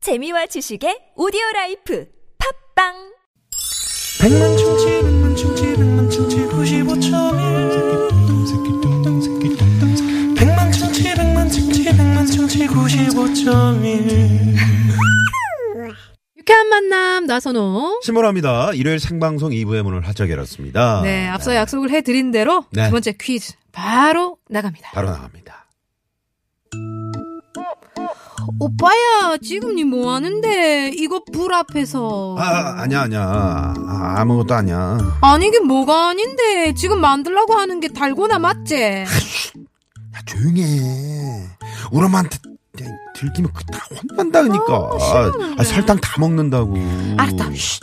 재미와 지식의 오디오 라이프 팝빵 백만 충치 백만 충치 백만 충치 95.1 백만 충치 백만 충치 백만 충치 95.1 유쾌한 만남 나선호. 신문합니다. 일요일 생방송 2부의 문을 활짝 열었습니다. 네, 앞서 약속을 해드린 대로 아, 네. 두 번째 퀴즈 바로 나갑니다. 바로 나갑니다. 오빠야, 지금 니 뭐 하는데? 이거 불 앞에서. 아, 아니야, 아니야. 아, 아무것도 아니야. 니 이게 뭐가 아닌데? 지금 만들라고 하는 게 달고나 맞지? 야, 조용히 해. 우리 엄마한테 야, 들키면 그다 혼난다니까. 아, 싫어하는데. 아, 설탕 다 먹는다고. 알았다. 쉿.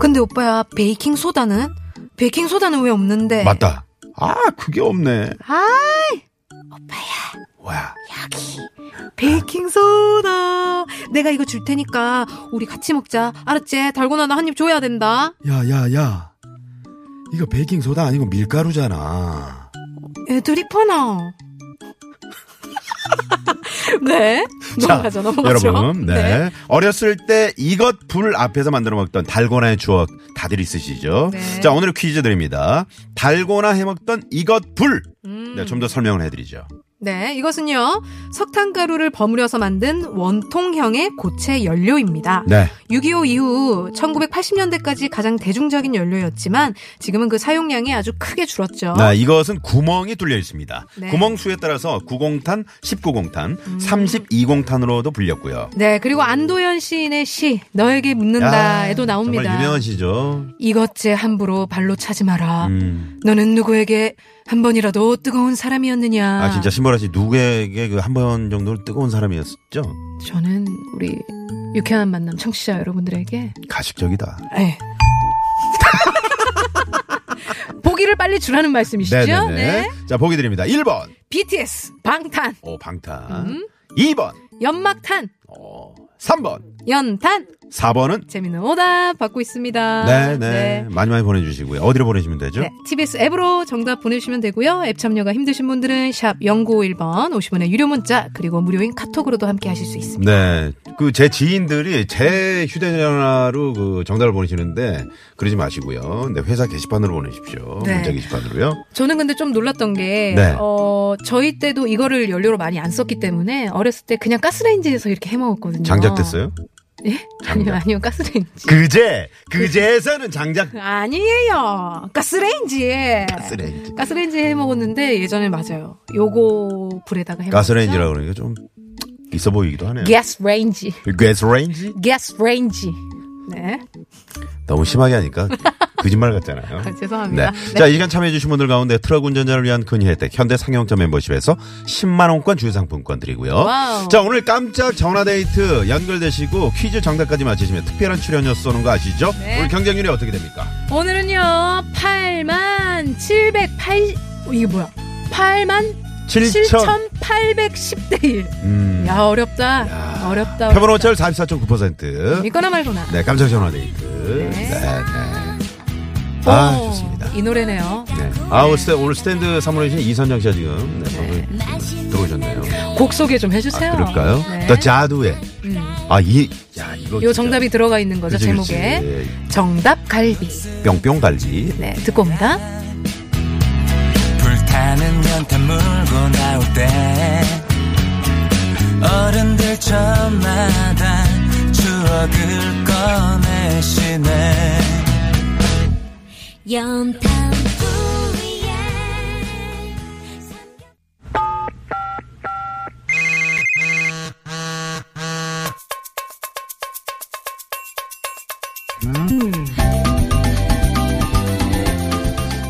근데 오빠야, 베이킹 소다는? 베이킹 소다는 왜 없는데? 맞다. 아, 그게 없네. 아, 뭐야. 베이킹 소다. 내가 이거 줄 테니까 우리 같이 먹자. 알았지? 달고나 나 한 입 줘야 된다. 야, 야, 야. 이거 베이킹소다 아니고 밀가루잖아. 애들이 파나. 네. 넘어가죠, 넘어가죠. 여러분, 네. 어렸을 때 이것 불 앞에서 만들어 먹던 달고나의 추억 다들 있으시죠? 네. 자, 오늘의 퀴즈 드립니다. 달고나 해 먹던 이것 불. 음. 네, 좀 더 설명을 해드리죠. 네, 이것은요, 석탄가루를 버무려서 만든 원통형의 고체 연료입니다. 네. 6.25 이후 1980년대까지 가장 대중적인 연료였지만 지금은 그 사용량이 아주 크게 줄었죠. 네, 이것은 구멍이 뚫려 있습니다. 네. 음. 구멍 수에 따라서 90탄, 19공탄, 32공탄으로도 불렸고요. 네, 그리고 안도현 시인의 시, 너에게 묻는다에도 야, 나옵니다. 정말 유명한 시죠. 이것제 함부로 발로 차지 마라. 음. 너는 누구에게 한 번이라도 뜨거운 사람이었느냐. 아, 진짜 신보라 씨 누구에게 그 한 번 정도로 뜨거운 사람이었죠? 저는 우리 유쾌한 만남 청취자 여러분들에게 가식적이다. 예. 보기를 빨리 주라는 말씀이시죠? 네. 자, 보기 드립니다. 1번. BTS 방탄, 오, 방탄. 2번. 연막탄, 어, 3번. 연탄 4번은 재밌는 오답 받고 있습니다. 네, 네. 많이 많이 보내 주시고요. 어디로 보내시면 되죠? 아, 네, TBS 앱으로 정답 보내주시면 되고요. 앱 참여가 힘드신 분들은 샵 0951번 50원의 유료 문자 그리고 무료인 카톡으로도 함께 하실 수 있습니다. 네. 그 제 지인들이 제 휴대전화로 그 정답을 보내시는데 그러지 마시고요. 네, 회사 게시판으로 보내십시오. 네. 문자 게시판으로요. 저는 근데 좀 놀랐던 게, 네. 어, 저희 때도 이거를 연료로 많이 안 썼기 때문에 어렸을 때 그냥 가스레인지에서 이렇게 해 먹었거든요. 장작 됐어요? 예? 장작. 아니요, 아니요, 가스레인지. 그제 그제에서는 네. 장작 아니에요. 가스레인지. 가스레인지. 가스레인지 해 먹었는데 예전에 맞아요. 요거 불에다가 해 먹었죠. 가스레인지라고 그러니까 좀 있어 보이기도 하네요. 가스레인지. 가스레인지? 가스레인지. 네. 너무 심하게 하니까 거짓말 같잖아요. 아, 죄송합니다. 네. 자, 이 시간 참여해주신 분들 가운데 트럭 운전자를 위한 큰 혜택, 현대 상용차 멤버십에서 10만원권 주유상품권 드리고요. 와우. 자, 오늘 깜짝 전화데이트 연결되시고 퀴즈 정답까지 맞히시면 특별한 출연료 쏘는 거 아시죠? 네. 오늘 경쟁률이 어떻게 됩니까? 오늘은요, 8만 780, 어, 이게 뭐야? 8만 7,810대 1. 음. 야, 어렵다. 어렵다. 표본 오철 44.9%. 믿거나 말거나. 네, 깜짝 전화데이트. 네. 네, 네. 아, 오, 좋습니다. 이 노래네요. 네. 아, 오늘 스탠- 오늘 스탠드 사무라이신 이선영 씨가 지금 네, 방송에 들어오셨네요. 곡 소개 좀 해주세요. 아, 그럴까요? 네. 더 자두의 음, 아, 이, 야, 이거. 요 진짜. 정답이 들어가 있는 거죠, 그치, 제목에. 그치. 정답 갈비. 뿅뿅 갈비. 네, 듣고 옵니다. 불타는 연탄 물고 나올 때 어른들 저마다 추억을 꺼내시네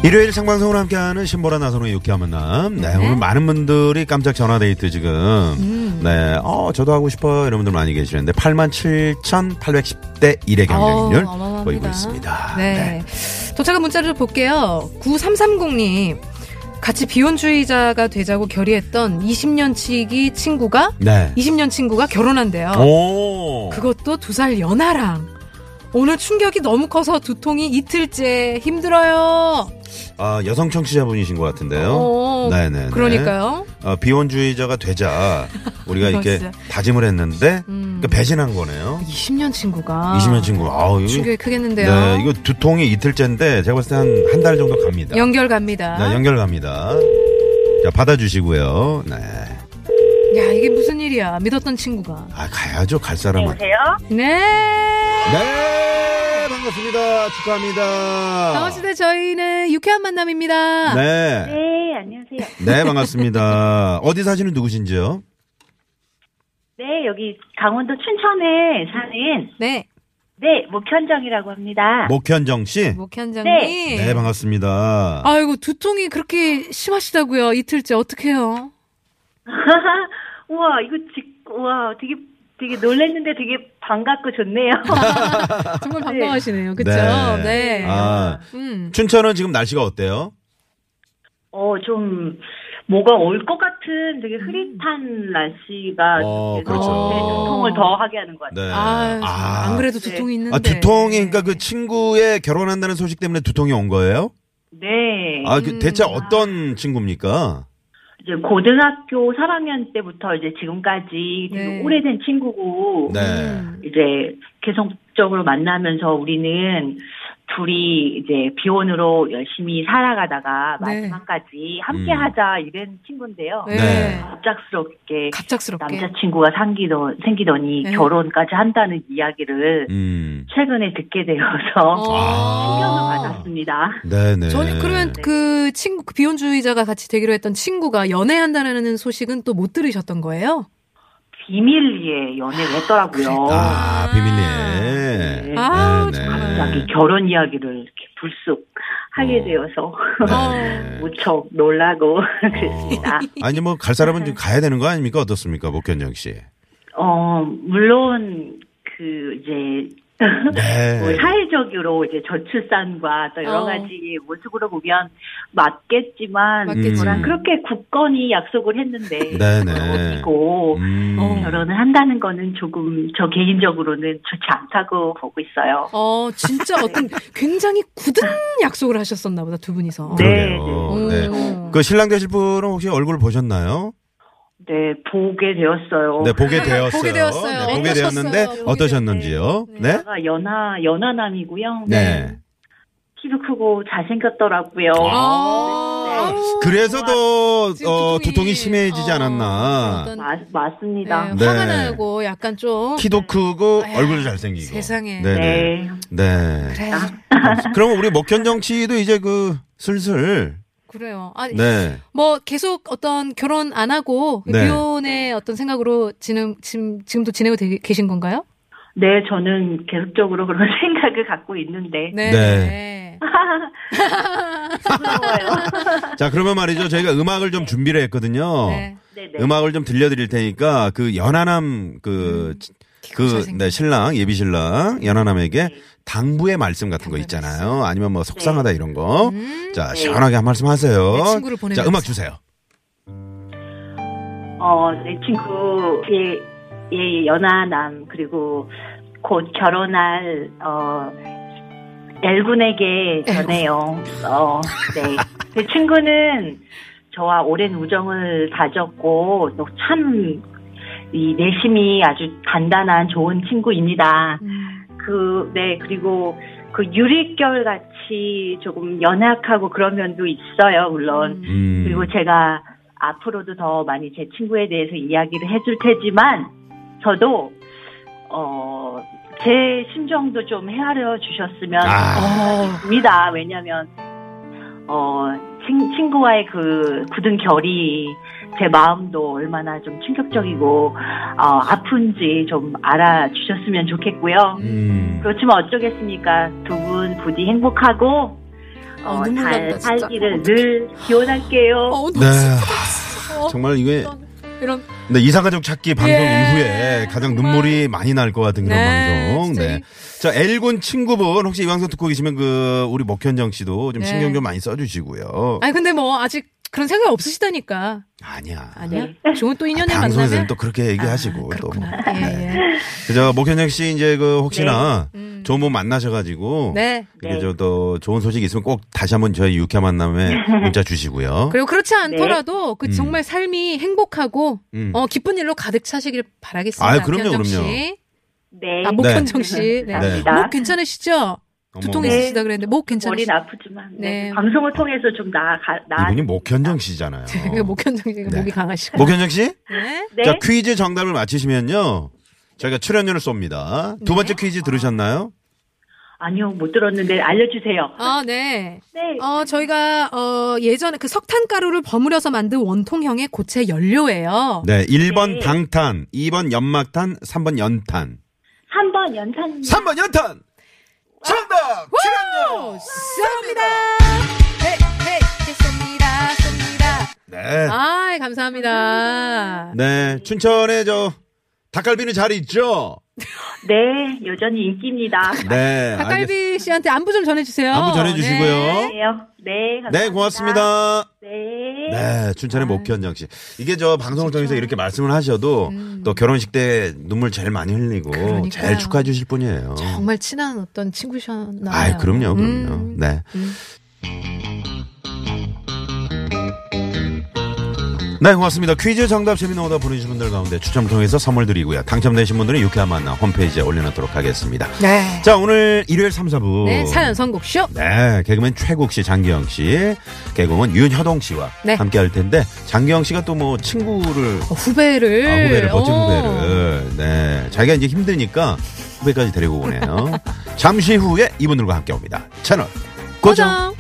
일요일 생방송으로 함께하는 신보라 나선홍의 유쾌한 만남. 네, 오늘 많은 분들이 깜짝 전화데이트 지금. 음. 네, 어, 저도 하고 싶어요. 이런 분들 많이 계시는데, 87,810대 1의 경쟁률 어, 어마어마합니다. 보이고 있습니다. 네. 도착한 문자를 좀 볼게요. 9330님. 같이 비혼주의자가 되자고 결의했던 20년 치기 친구가, 네. 20년 친구가 결혼한대요. 오. 그것도 두 살 연하랑. 오늘 충격이 너무 커서 두통이 이틀째 힘들어요. 아, 여성 청취자분이신 것 같은데요. 어, 네네. 그러니까요. 어, 비혼주의자가 되자 우리가 이거 이렇게 진짜. 음. 다짐을 했는데 그러니까 배신한 거네요. 20년 친구가. 20년 친구. 아우, 이거. 충격이 크겠는데요. 네, 이거 두통이 이틀째인데 제가 봤을 때 한 한 달 정도 갑니다. 연결 갑니다. 네, 연결 갑니다. 자, 받아주시고요. 네. 야, 이게 무슨 일이야. 믿었던 친구가. 아, 가야죠. 갈 사람은. 여보세요? 네. 네, 반갑습니다. 축하합니다. 강원시대 저희는 유쾌한 만남입니다. 아. 네. 네, 안녕하세요. 네, 반갑습니다. 어디 사시는 누구신지요? 네, 여기 강원도 춘천에 사는 네. 네, 목현정이라고 합니다. 목현정 씨. 목현장님. 네. 네, 반갑습니다. 아이고, 두통이 그렇게 심하시다고요. 이틀째 어떡해요? 우와, 이거 지, 우와, 되게 되게 놀랬는데 되게 반갑고 좋네요. 정말 반가워하시네요. 그쵸? 네. 네. 아, 음. 춘천은 지금 날씨가 어때요? 어, 좀 뭐가 올 것 같은 되게 흐릿한 날씨가 어, 그렇죠. 통을 더 하게 하는 것 같아요. 네. 아, 안 그래도 네. 두통이 있는데. 아, 두통이, 그러니까 그 친구의 결혼한다는 소식 때문에 두통이 온 거예요? 네. 아, 그 음. 대체 어떤 친구입니까? 이제 고등학교 3학년 때부터 이제 지금까지 되게 네. 오래된 친구고 네. 음. 이제 계속적으로 만나면서 우리는 둘이 이제 비혼으로 열심히 살아가다가 네. 마지막까지 함께 음. 하자 이런 친구인데요. 네. 네. 갑작스럽게 갑작스럽게. 남자친구가 생기더, 생기더니 네. 결혼까지 한다는 이야기를 음. 최근에 듣게 되어서 충격을 아. 받았습니다. 네네. 전혀 그러면 그 친구 그 비혼주의자가 같이 되기로 했던 친구가 연애한다는 소식은 또 못 들으셨던 거예요? 비밀리에 연애를 했더라고요. 아, 비밀리에. 네. 아, 네, 갑자기 결혼 이야기를 이렇게 불쑥 하게 어. 되어서 네. 무척 놀라고 그랬습니다. 아니 뭐 갈 사람은 지금 가야 되는 거 아닙니까? 어떻습니까? 목현정 씨. 어, 물론, 그, 이제, 뭐 네. 사회적으로 이제 저출산과 또 여러 어. 가지 모습으로 보면 맞겠지만, 음. 맞겠지만. 저랑 음. 그렇게 굳건히 약속을 했는데, 네네. 어기고 음. 결혼을 한다는 거는 조금 저 개인적으로는 좋지 않다고 보고 있어요. 어, 진짜 네. 어떤 굉장히 굳은 약속을 하셨었나 보다 두 분이서. 어. 네. 그러게요. 네. 오. 그 신랑 되실 분은 혹시 얼굴 보셨나요? 네, 보게 되었어요. 네, 보게 되었어요. 보게 되었어요. 네, 보게 어떠셨어요? 되었는데 보게 어떠셨는지요? 네. 제가 아, 연하, 연하남이고요. 네. 키도 크고 잘생겼더라고요. 아. 네. 아. 그래서 더 어, 지금 두통이, 심해지지 어, 않았나. 어떤, 맞, 네, 맞습니다. 네. 화가 나고 약간 좀 키도 크고 음. 아야, 예. 얼굴도 잘생기고. 세상에. 네네. 네. 네. 그래 그러면 우리 목현정 씨도 이제 그 슬슬 그래요. 아니 네. 뭐 계속 어떤 결혼 안 하고 네. 비혼의 어떤 생각으로 지금 지금 지금도 지내고 되- 계신 건가요? 네, 저는 계속적으로 그런 생각을 갖고 있는데 네. 네. 부러워요. 자, 그러면 말이죠. 저희가 음악을 좀 준비를 했거든요. 네. 네, 네. 음악을 좀 들려드릴 테니까 그 연하남 음. 그, 그, 잘생긴- 네, 신랑, 예비신랑, 연하남에게 네. 당부의 말씀 같은 거 당부의 네. 있잖아요. 아니면 뭐 속상하다 이런 거. 음. 자, 시원하게 한 말씀 하세요. 내 친구를 보내면서. 자, 음악 주세요. 어, 내 친구 예, 예 연하남 그리고 곧 결혼할 어 엘군에게 전해요. 어, 네. 제 친구는 저와 오랜 우정을 다졌고 또 참 이 내심이 아주 단단한 좋은 친구입니다. 음. 그, 네, 그리고 그 유릿결 같이 조금 연약하고 그런 면도 있어요, 물론. 음. 음. 그리고 제가 앞으로도 더 많이 제 친구에 대해서 이야기를 해줄 테지만, 저도, 어, 제 심정도 좀 헤아려 주셨으면 아, 어. 합니다. 왜냐면, 어, 친, 친구와의 그 굳은 결이 제 마음도 얼마나 좀 충격적이고, 어, 아픈지 좀 알아주셨으면 좋겠고요. 음. 그렇지만 어쩌겠습니까? 두 분 부디 행복하고 어, 어, 눈물 난다, 잘 진짜. 살기를 늘 기원할게요. 어, 네. 너무 슬프다, 아, 진짜. 정말 이게 이런 네, 이상가족 찾기 방송 예, 이후에 가장 정말. 눈물이 많이 날 것 같은 그런 네, 방송. 진짜 네. 자, 엘군 친구분 혹시 이 방송 듣고 계시면 그 우리 목현정 씨도 좀 네. 신경 좀 많이 써주시고요. 아니 근데 뭐 아직 그런 생각이 없으시다니까. 아니야. 아니야. 좋은 또 인연을 방송에서는 만나면 또 뭐. 그렇게 얘기하시고 또. 그렇구나. 예, 예. 그저 목현정 씨 이제 그 혹시나 음. 좋은 분 만나셔가지고 네. 이게 네. 저또 좋은 소식 있으면 꼭 다시 한번 저희 유쾌한 만남에 문자 주시고요. 그리고 그렇지 않더라도 그 음. 정말 삶이 행복하고 음. 어 기쁜 일로 가득 차시길 바라겠습니다. 아유, 그럼요, 안현정 씨. 그럼요. 네. 아, 목현정 씨. 네. 감사합니다. 목 괜찮으시죠? 두통 어머, 있으시- 있으시다 그랬는데 목 머리는 괜찮으시죠? 아프지만 네. 네. 방송을 통해서 좀 나아 나. 이분이 목현정 씨잖아요. 그 목현정 씨가 네. 목이 강하시고. 목현정 씨? 네. 네. 자, 퀴즈 정답을 맞히시면요. 저희가 출연료를 쏩니다. 두 네. 번째 퀴즈 들으셨나요? 아니요 못 들었는데 알려주세요. 아, 네. 네. 어, 저희가, 어, 예전에 그 석탄가루를 버무려서 만든 원통형의 고체 연료예요. 네. 1번 네. 방탄, 2번 연막탄, 3번 연탄. 3번 연탄. 3번 연탄! 정답! 오! 네. 쏩니다! 헤이, 헤이, 쏩니다, 쏩니다. 네. 아 감사합니다. 네. 춘천에 저 닭갈비는 잘 있죠? 네 여전히 인기입니다. 네. 알겠- 닭갈비 씨한테 안부 좀 전해주세요. 안부 전해주시고요. 네. 네요. 네. 감사합니다. 네, 고맙습니다. 네. 네, 춘천의 목현정 씨. 이게 저 방송을 통해서 이렇게 말씀을 하셔도 또 결혼식 때 눈물 제일 많이 흘리고 음. 그러니까요. 제일 축하해 주실 분이에요. 정말 친한 어떤 친구셨나요? 아, 그럼요, 음. 그럼요. 네. 네, 고맙습니다. 퀴즈 정답 재미난 오다 보내주신 분들 가운데 추첨 통해서 선물 드리고요. 당첨되신 분들은 유쾌한 만남 홈페이지에 올려놓도록 하겠습니다. 네. 자, 오늘 일요일 3, 4부. 네, 사연 선곡쇼. 네, 개그맨 최국 씨, 장기영 씨, 개그맨 윤효동 씨와 네. 함께 할 텐데 장기영 씨가 또 뭐 친구를 어, 후배를. 아, 후배를 멋진 어. 후배를 네 자기가 이제 힘드니까 후배까지 데리고 오네요 잠시 후에 이분들과 함께 옵니다 채널 고정 고정.